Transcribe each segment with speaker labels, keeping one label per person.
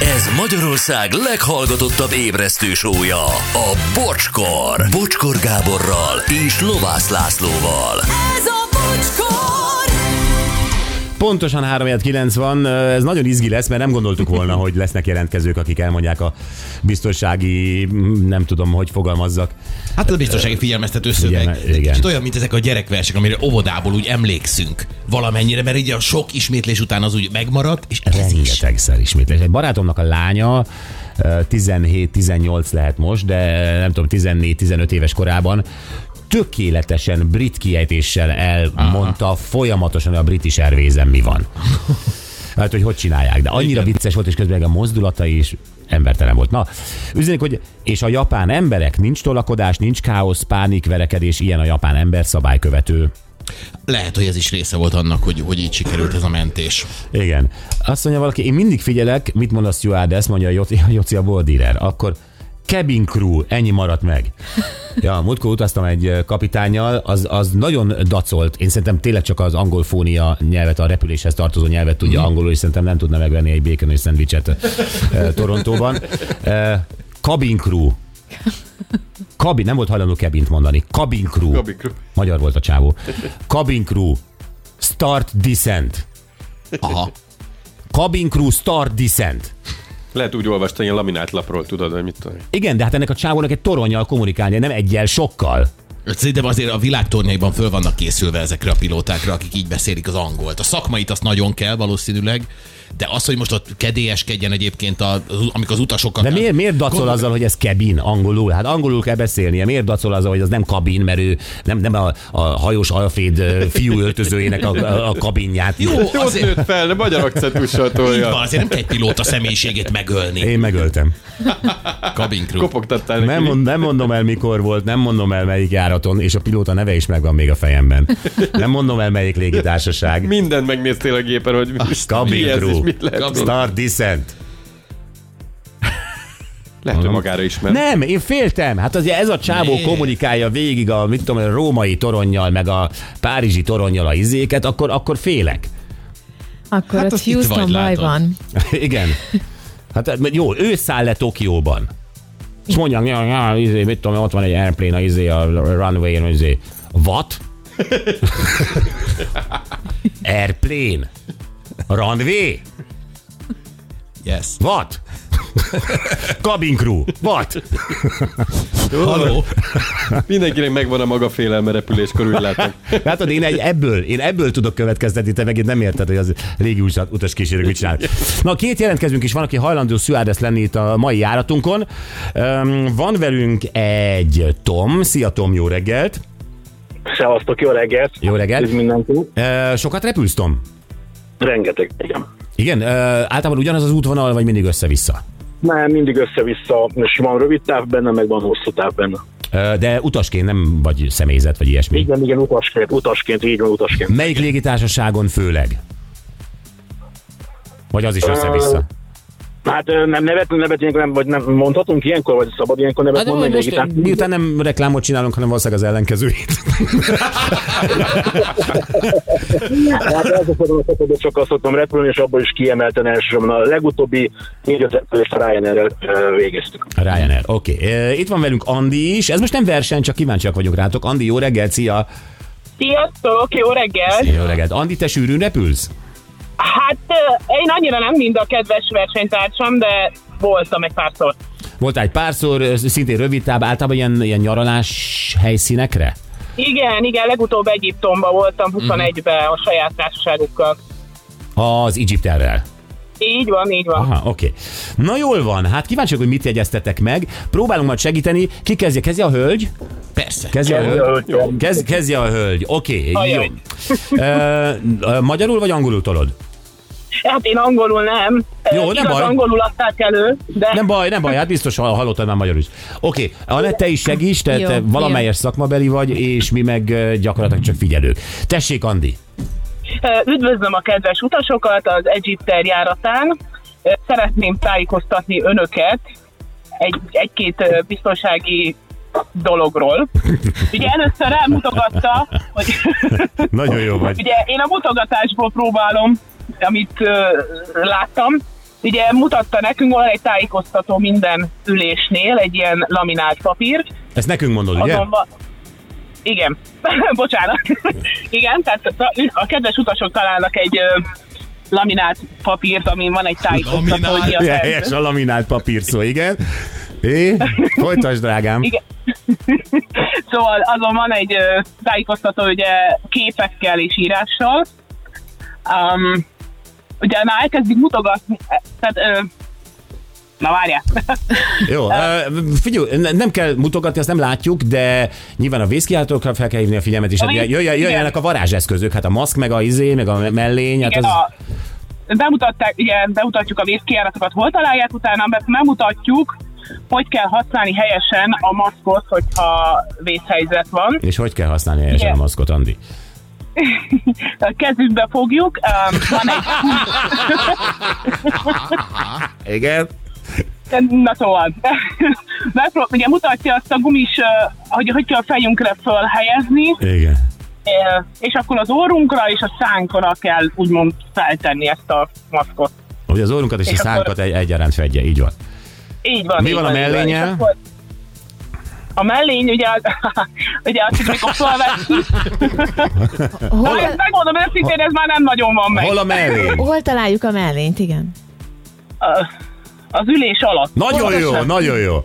Speaker 1: Ez Magyarország leghallgatottabb ébresztő sója, a Bocskor. Bocskor Gáborral és Lovász Lászlóval.
Speaker 2: Ez a bocskor!
Speaker 3: Pontosan 3 9 van, ez nagyon izgi lesz, mert nem gondoltuk volna, hogy lesznek jelentkezők, akik elmondják a biztonsági, nem tudom, hogy fogalmazzak.
Speaker 4: Hát ez a biztonsági figyelmeztető szöveg.
Speaker 3: igen.
Speaker 4: Kicsit olyan, mint ezek a gyerekversek, amire óvodából úgy emlékszünk valamennyire, mert így a sok ismétlés után az úgy megmaradt, és ez is.
Speaker 3: Rengetegszer ismétlés. Egy barátomnak a lánya ö, 17-18 lehet most, de nem tudom, 14-15 éves korában tökéletesen brit kiejtéssel elmondta folyamatosan hogy a British Airways-en mi van. Hát, hogy hogy csinálják, de annyira vicces volt, és közben a mozdulatai is embertelen volt. Na, üzenik, hogy és a japán emberek, nincs tolakodás, nincs káosz, pánik, verekedés, ilyen a japán ember, szabálykövető.
Speaker 4: Lehet, hogy ez is része volt annak, hogy, hogy így sikerült ez a mentés.
Speaker 3: Igen. Azt mondja valaki, én mindig figyelek, mit mond a stewardess, mondja a Joci, a Joci a boardírer. Akkor cabin crew, ennyi maradt meg. Ja, múltkor utaztam egy ö, kapitányjal, az, az nagyon dacolt. Én szerintem tényleg csak az angol fónia nyelvet, a repüléshez tartozó nyelvet tudja angolul, és szerintem nem tudna megvenni egy bacon és szendvicset ö, Torontóban. Ö, Cabin crew. Kabin, nem volt hajlandó cabint mondani. Cabin crew.
Speaker 5: Cabin crew.
Speaker 3: Magyar volt a csávó. Cabin crew. Start descent.
Speaker 4: Aha.
Speaker 3: Cabin crew start descent.
Speaker 5: Lehet úgy olvasni, ilyen laminált lapról, tudod, hogy mit tudom. én.
Speaker 3: Igen, de hát ennek a csávónak egy toronyjal kommunikálnia, nem egyel, sokkal.
Speaker 4: Hát Szerintem azért a világtornyaiban föl vannak készülve ezekre a pilótákra, akik így beszélik az angolt. A szakmait azt nagyon kell valószínűleg, de az, hogy most ott kedélyeskedjen egyébként, a, az- amikor az utasokat...
Speaker 3: De miért, miért dacol azzal, hogy ez kabin angolul? Hát angolul kell beszélnie. Miért dacol azzal, hogy az nem kabin, mert ő nem, nem a, a hajós Alfred ö, fiú öltözőjének a, a, a kabinját.
Speaker 4: Jó,
Speaker 5: Jó,
Speaker 4: azért,
Speaker 5: nőtt fel, de magyar akcentussal
Speaker 4: így van,
Speaker 5: tolja.
Speaker 4: azért nem kell egy pilóta személyiségét megölni.
Speaker 3: Én megöltem.
Speaker 4: Cabin crew.
Speaker 5: Kopogtattál neki.
Speaker 3: Nem, mond, nem mondom el, mikor volt, nem mondom el, melyik járaton, és a pilóta neve is megvan még a fejemben. Nem mondom el, melyik légitársaság.
Speaker 5: Mindent megnéztél a gépen, hogy mi,
Speaker 3: Cabin
Speaker 5: mi ez és
Speaker 3: crew.
Speaker 5: mit lehet.
Speaker 4: Cabin-
Speaker 3: Start descent.
Speaker 5: Lehet, hogy magára ismer.
Speaker 3: Nem, én féltem. Hát azért ez a csávó
Speaker 4: Miért?
Speaker 3: kommunikálja végig a, mit tudom, én, a római toronnyal, meg a párizsi toronnyal a izéket, akkor, akkor félek.
Speaker 6: Akkor
Speaker 4: Hát
Speaker 6: hát
Speaker 4: az
Speaker 6: ott
Speaker 4: itt vagy,
Speaker 6: Houston baj
Speaker 4: látod.
Speaker 6: van.
Speaker 3: Igen. Hát mert jó, ő száll le Tokióban. És mondják, ja, ja, izé, mit tudom, én, ott van egy airplane, a izé, a runway-en, izé. What? airplane? Runway?
Speaker 4: Yes.
Speaker 3: What? Cabin crew? What?
Speaker 4: Halló.
Speaker 5: Mindenkinek megvan a maga félelme repüléskor, úgy látom.
Speaker 3: Látod, én egy, ebből, én ebből tudok következtetni, te megint nem érted, hogy az régi utas, utas kísérők mit csinál. Na, két jelentkezünk is van, aki hajlandó stewardess lenni itt a mai járatunkon. Um, van velünk egy Tom. Szia Tom, jó reggelt!
Speaker 7: Szevasztok, jó reggelt!
Speaker 3: Jó reggelt!
Speaker 7: Ez mindenki.
Speaker 3: Uh, sokat repülsz, Tom?
Speaker 7: Rengeteg, igen.
Speaker 3: Igen, uh, általában ugyanaz az útvonal, vagy mindig össze-vissza?
Speaker 7: Már mindig össze-vissza, és van rövid táv benne, meg van hosszú táv benne.
Speaker 3: Uh, de utasként nem vagy személyzet, vagy ilyesmi.
Speaker 7: Igen, igen, utasként, utasként, így van utasként.
Speaker 3: Melyik légitársaságon főleg? Vagy az is össze-vissza?
Speaker 7: Hát ö, nem nevet, nevet nem, vagy nem mondhatunk ilyenkor, vagy szabad ilyenkor nevet
Speaker 3: Hát
Speaker 7: mondani?
Speaker 3: most,
Speaker 7: Most
Speaker 3: miután nem reklámot csinálunk, hanem valószínűleg az ellenkezőjét.
Speaker 7: hát ezeket a szakadó sokkal szoktam repülni, és abból is kiemelten elsősorban a legutóbbi négy-öt repülést a Ryanair-rel ö, végeztük.
Speaker 3: Ryanair, oké. Okay. Itt van velünk Andi is. Ez most nem verseny, csak kíváncsiak vagyunk rátok. Andi, jó reggelt, szia!
Speaker 8: Sziasztok, jó reggel!
Speaker 3: Jó reggelt. Andi, te sűrűn repülsz?
Speaker 8: Hát ö, én annyira nem mind a kedves versenytársam, de voltam egy párszor.
Speaker 3: Voltál egy párszor, ö, szintén rövid táv, általában ilyen, ilyen nyaralás helyszínekre?
Speaker 8: Igen, igen, legutóbb Egyiptomba voltam 21-ben a saját társaságukkal.
Speaker 3: Az Egypterrel.
Speaker 8: Így van, így van.
Speaker 3: Aha, oké. Okay. Na jól van, hát kíváncsiak, hogy mit jegyeztetek meg. Próbálunk majd segíteni. Ki kezdje? Kezdje a hölgy?
Speaker 4: Persze.
Speaker 3: Kezdje a hölgy?
Speaker 7: Jó.
Speaker 3: Kezd, kezdje a hölgy, oké. Okay, jó.
Speaker 8: Ajaj.
Speaker 3: Ö, ö, magyarul vagy angolul tolod?
Speaker 8: Hát én angolul nem. Ö,
Speaker 3: Jó, nem
Speaker 8: Igaz,
Speaker 3: baj.
Speaker 8: angolul adták elő, de
Speaker 3: Nem baj, nem baj, hát biztos ha- hallottad már magyarul is. Oké, okay, Anett, te is segíts, te,
Speaker 6: Jó,
Speaker 3: te
Speaker 6: jó.
Speaker 3: valamelyes szakmabeli vagy, és mi meg ö, gyakorlatilag csak figyelők. Tessék, Andi!
Speaker 8: ö, üdvözlöm a kedves utasokat az Egyipter járatán. Ö, Szeretném tájékoztatni önöket egy, egy-két ö, biztonsági dologról. Ugye először elmutogatta, hogy
Speaker 3: Nagyon jó vagy.
Speaker 8: Ugye én a mutogatásból próbálom, amit ö, láttam, Ugye mutatta nekünk, van egy tájékoztató minden ülésnél, egy ilyen laminált papírt,
Speaker 3: Ezt nekünk mondod, ugye?
Speaker 8: Azonban... Igen. Bocsánat. Igen, tehát a, a kedves utasok találnak egy ö, laminált papírt, amin van egy tájékoztató,
Speaker 4: Laminált.
Speaker 8: hogy mi a
Speaker 3: Ja,
Speaker 8: szerző.
Speaker 3: helyes a laminált papír szó, igen. É, folytasd, drágám.
Speaker 8: Igen. Szóval azon van egy ö, tájékoztató ugye képekkel és írással. Um, ugye már elkezdik mutogatni, e, tehát ö, Na várjál.
Speaker 3: Jó, ö, figyelj, ne- nem kell mutogatni, azt nem látjuk, de nyilván a vészkiáltókra fel kell hívni a figyelmet, és
Speaker 8: Ami-
Speaker 3: jöjjön- jöjjenek a
Speaker 8: igen.
Speaker 3: varázseszközök, hát a maszk, meg a izé, meg a mellény, hát
Speaker 8: Igen,
Speaker 3: az...
Speaker 8: a, bemutatták, igen, bemutatjuk a vészkijáratokat, hol találják, utána be- bemutatjuk, hogy kell használni helyesen a maszkot, hogyha vészhelyzet van.
Speaker 3: És hogy kell használni helyesen a
Speaker 8: Igen.
Speaker 3: maszkot, Andi?
Speaker 8: A kezükbe fogjuk, um, van egy,
Speaker 3: Igen.
Speaker 8: na szóval, Megpró- ugye mutatja azt a gumis, ö, hogy hogy kell a fejünkre fölhelyezni,
Speaker 3: Igen.
Speaker 8: ö, és akkor az orrunkra és a szánkra kell úgymond feltenni ezt a maszkot.
Speaker 3: Ugye az orrunkat és, a
Speaker 8: És akkor-
Speaker 3: szánkat egy, egyaránt fedje, így van.
Speaker 8: Így van.
Speaker 3: Mi
Speaker 8: így
Speaker 3: van a
Speaker 8: így
Speaker 3: mellénnyel?
Speaker 8: És akkor A mellény, ugye, az, ugye azt, hogy mikor felvettük,
Speaker 6: Hol,
Speaker 8: Na, ezt megmondom őszintén, ez már nem nagyon van meg.
Speaker 3: Hol a mellény?
Speaker 6: hol találjuk a mellényt, igen?
Speaker 8: Az ülés alatt.
Speaker 3: Nagyon jó,
Speaker 8: Pontosan.
Speaker 3: nagyon jó.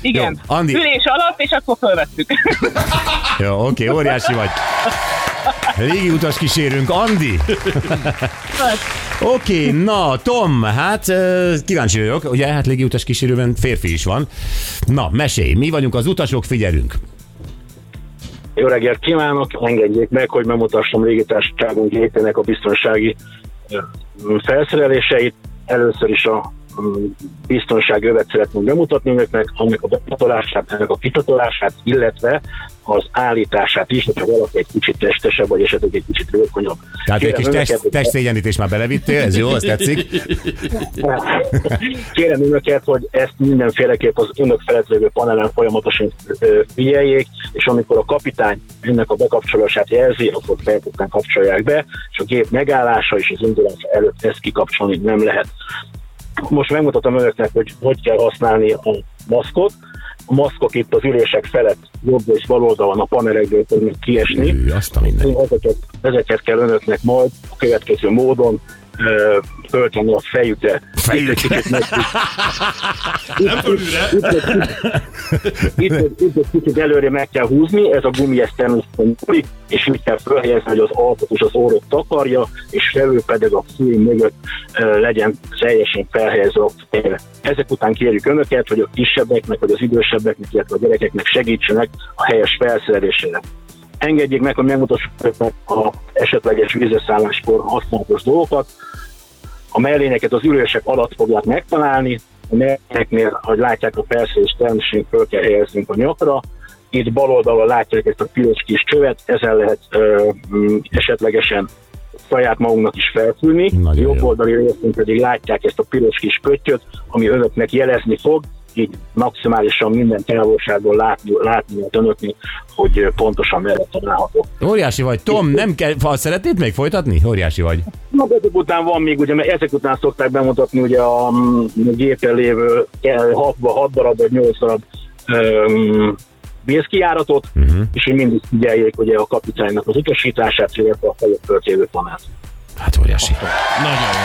Speaker 8: Igen.
Speaker 3: jó, Andi.
Speaker 8: Ülés alatt, és akkor fölvettük.
Speaker 3: Jó, oké, óriási vagy. Régi utas kísérünk, Andi. Oké, na, Tom, hát ö, kíváncsi vagyok, ugye, hát légi utas kísérőben férfi is van. Na, mesélj, mi vagyunk az utasok, figyelünk.
Speaker 7: Jó reggelt kívánok, engedjék meg, hogy bemutassam légitársaságunk gépének a biztonsági ö, felszereléseit. Először is a ö, biztonsági övet szeretnénk bemutatni önöknek, annak a becsatolását, ennek a kicsatolását, illetve az állítását is, hogyha valaki egy kicsit testesebb, vagy esetleg egy kicsit vékonyabb.
Speaker 3: Tehát egy
Speaker 7: Kérem
Speaker 3: kis
Speaker 7: önöket,
Speaker 3: test,
Speaker 7: hogy-
Speaker 3: testszégyenítést már belevittél, ez jó, ez tetszik.
Speaker 7: Kérem önöket, hogy ezt mindenféleképp az önök felett lévő panelen folyamatosan ö, figyeljék, és amikor a kapitány ennek a bekapcsolását jelzi, akkor felpukkán kapcsolják be, és a gép megállása és az indulása előtt ezt kikapcsolni nem lehet. Most megmutatom önöknek, hogy hogy kell használni a maszkot. A maszkok itt az ülések felett jobb és bal oldalon a panelekből tudnak kiesni
Speaker 3: Ő, azt a minden.
Speaker 7: ezeket, ezeket kell önöknek majd a következő módon ö, tölteni a fejükre. Fejükre? Itt egy- itt egy kicsit előre meg kell húzni, ez a gumi ezt természetesen nyúlik, és úgy kell felhelyezni, hogy az alkot és az orrot takarja, és felül pedig a fül mögött ö, legyen teljesen felhelyezve a fejre. Ezek után kérjük önöket, hogy a kisebbeknek, vagy az idősebbeknek, illetve a gyerekeknek segítsenek a helyes felszerelésére engedjék meg, hogy megmutassuk önöknek a esetleges vízeszálláskor használatos dolgokat. A mellényeket az ülések alatt fogják megtalálni, a mellényeknél, ahogy látják a felszerelés természetesen föl kell helyeznünk a nyakra, itt bal oldalon látják ezt a piros kis csövet, ezen lehet ö, m, esetlegesen saját magunknak is felfűni.
Speaker 3: Nagyon
Speaker 7: Jobb
Speaker 3: jó.
Speaker 7: oldali részén pedig látják ezt a piros kis pöttyöt, ami önöknek jelezni fog, így maximálisan minden távolságból látni, látni lehet önöknek, hogy ö, pontosan merre található.
Speaker 3: Óriási vagy, Tom, nem kell, ha szeretnéd még folytatni? Óriási vagy.
Speaker 7: Na, ezek után van még, ugye, mert ezek után szokták bemutatni ugye a mm, gépen lévő 6 darab vagy 8 darab um, vészkijáratot, uh-huh. és hogy mindig figyeljék ugye a kapitánynak az utasítását, illetve a fejök föltévő panát.
Speaker 3: Hát óriási.
Speaker 4: Nagyon jó.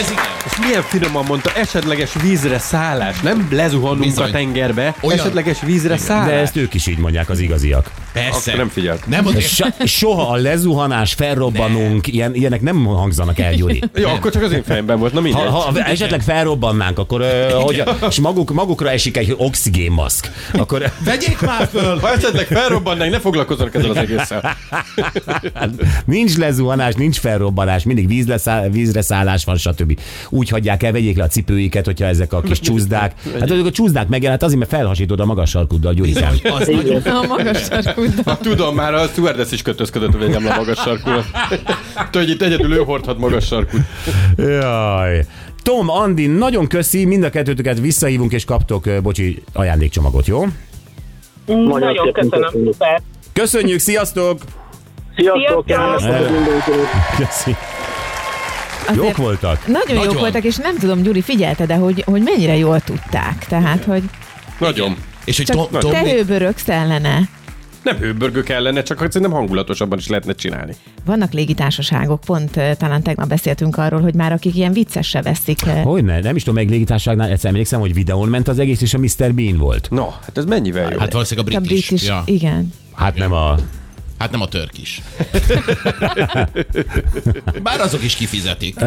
Speaker 4: Ez igen.
Speaker 5: Ezt milyen finoman mondta, esetleges vízre szállás, nem lezuhanunk
Speaker 4: Bizony.
Speaker 5: a tengerbe,
Speaker 4: Olyan.
Speaker 5: Olyan. esetleges vízre szállás.
Speaker 8: Hát.
Speaker 3: De ezt ők is így mondják, az igaziak.
Speaker 4: Persze.
Speaker 5: Akkor nem figyelt.
Speaker 4: Nem az...
Speaker 3: So- soha a lezuhanás, felrobbanunk, ilyen, ilyenek nem hangzanak el, Gyuri.
Speaker 5: Jó, akkor csak az én fejemben volt, na mindegy.
Speaker 3: Ha, ha esetleg felrobbannánk, akkor ö, hogy, és maguk, magukra esik egy oxigénmaszk, akkor
Speaker 4: Vegyék már föl!
Speaker 5: Ha esetleg felrobbannánk, ne foglalkozzanak ezzel az egésszel.
Speaker 3: nincs lezuhanás, nincs felrobbanás, mindig vízre, száll, vízre szállás van, stb. Úgy hagyják el, vegyék le a cipőiket, hogyha ezek a kis csúzdák. Hát azok a csúzdák megjelent azért, mert felhasítod a magas sarkuddal, Gyurikám.
Speaker 4: Az nagyon...
Speaker 6: A magas sarkúddal.
Speaker 5: Tudom, már a stewardess is kötözködött, hogy vegyem le a magas sarkúra. Tudod, itt egyedül ő hordhat magas sarkút.
Speaker 3: Jaj. Tom, Andi, nagyon köszi, mind a kettőtöket visszahívunk, és kaptok, ö, bocsi, ajándékcsomagot, jó?
Speaker 8: Nagyon,
Speaker 7: szépen
Speaker 8: köszönöm,
Speaker 7: köszönjük.
Speaker 8: szuper.
Speaker 3: Köszönjük, sziasztok!
Speaker 7: Sziasztok,
Speaker 8: Sziasztok!
Speaker 7: Sziasztok.
Speaker 3: Köszi. Jók voltak?
Speaker 6: Nagyon,
Speaker 4: Nagyon.
Speaker 6: jók voltak, és nem tudom, Gyuri, figyelte, de hogy, hogy mennyire jól tudták. Tehát, hogy
Speaker 5: Nagyon.
Speaker 4: És hogy Tom,
Speaker 6: csak
Speaker 4: Tom,
Speaker 6: tehőbörög ellene.
Speaker 5: Nem hőbörgök ellene, csak azt szerintem hangulatosabban is lehetne csinálni.
Speaker 6: Vannak légitársaságok, pont eh, talán tegnap beszéltünk arról, hogy már akik ilyen viccesre veszik. eh,
Speaker 3: Hogy ne, nem is tudom, melyik légitárságnál egyszer emlékszem, hogy videón ment az egész, és a Mr. Bean volt.
Speaker 5: Na, hát ez mennyivel jó?
Speaker 4: hát
Speaker 5: Hát,
Speaker 4: valószínűleg a
Speaker 6: a
Speaker 4: brit, is.
Speaker 6: british,
Speaker 4: Ja.
Speaker 6: igen.
Speaker 3: Hát nem a...
Speaker 4: Hát nem a törk is. Bár azok is kifizetik.
Speaker 3: Ö,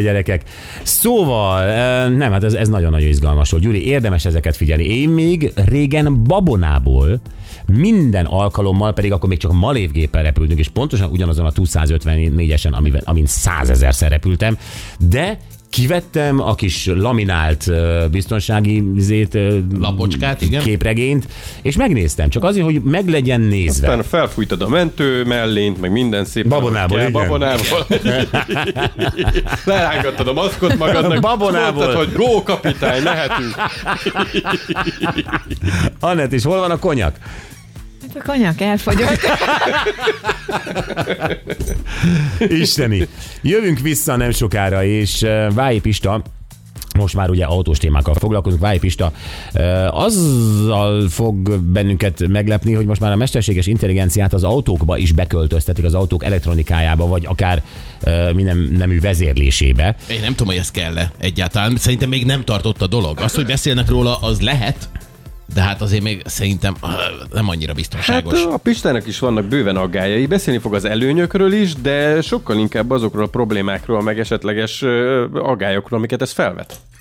Speaker 3: gyerekek. Szóval, ö, nem, hát ez, ez nagyon-nagyon izgalmas volt. Gyuri, érdemes ezeket figyelni. Én még régen babonából minden alkalommal, pedig akkor még csak malévgéppel repültünk, és pontosan ugyanazon a 254-esen, amivel, amin százezerszer repültem, de kivettem a kis laminált ö, biztonsági zét, ö,
Speaker 4: Lapocskát, igen.
Speaker 3: képregényt, és megnéztem, csak azért, hogy meg legyen nézve.
Speaker 5: Aztán felfújtad a mentő mellényt, meg minden szép.
Speaker 3: Babonából,
Speaker 5: kell,
Speaker 3: igen.
Speaker 5: Babonából. Lerángattad a maszkot magadnak.
Speaker 3: Babonából.
Speaker 5: Mondtad, hogy go kapitány, mehetünk.
Speaker 3: Anett is, hol van a konyak?
Speaker 6: Hát a konyak elfogyott.
Speaker 3: Isteni. Jövünk vissza nem sokára, és eh, Vájé Pista most már ugye autós témákkal foglalkozunk, Vájé Pista eh, azzal fog bennünket meglepni, hogy most már a mesterséges intelligenciát az autókba is beköltöztetik, az autók elektronikájába, vagy akár eh, minden nemű vezérlésébe.
Speaker 4: Én nem tudom, hogy ez kell-e egyáltalán. Szerintem még nem tartott a dolog. Az, hogy beszélnek róla, az lehet, de hát azért még szerintem ah, nem annyira
Speaker 5: Hát
Speaker 4: biztonságos.
Speaker 5: a Pistának is vannak bőven aggájai. Beszélni fog az előnyökről is, de sokkal inkább azokról a problémákról, meg esetleges ö, aggályokról, amiket ez felvet.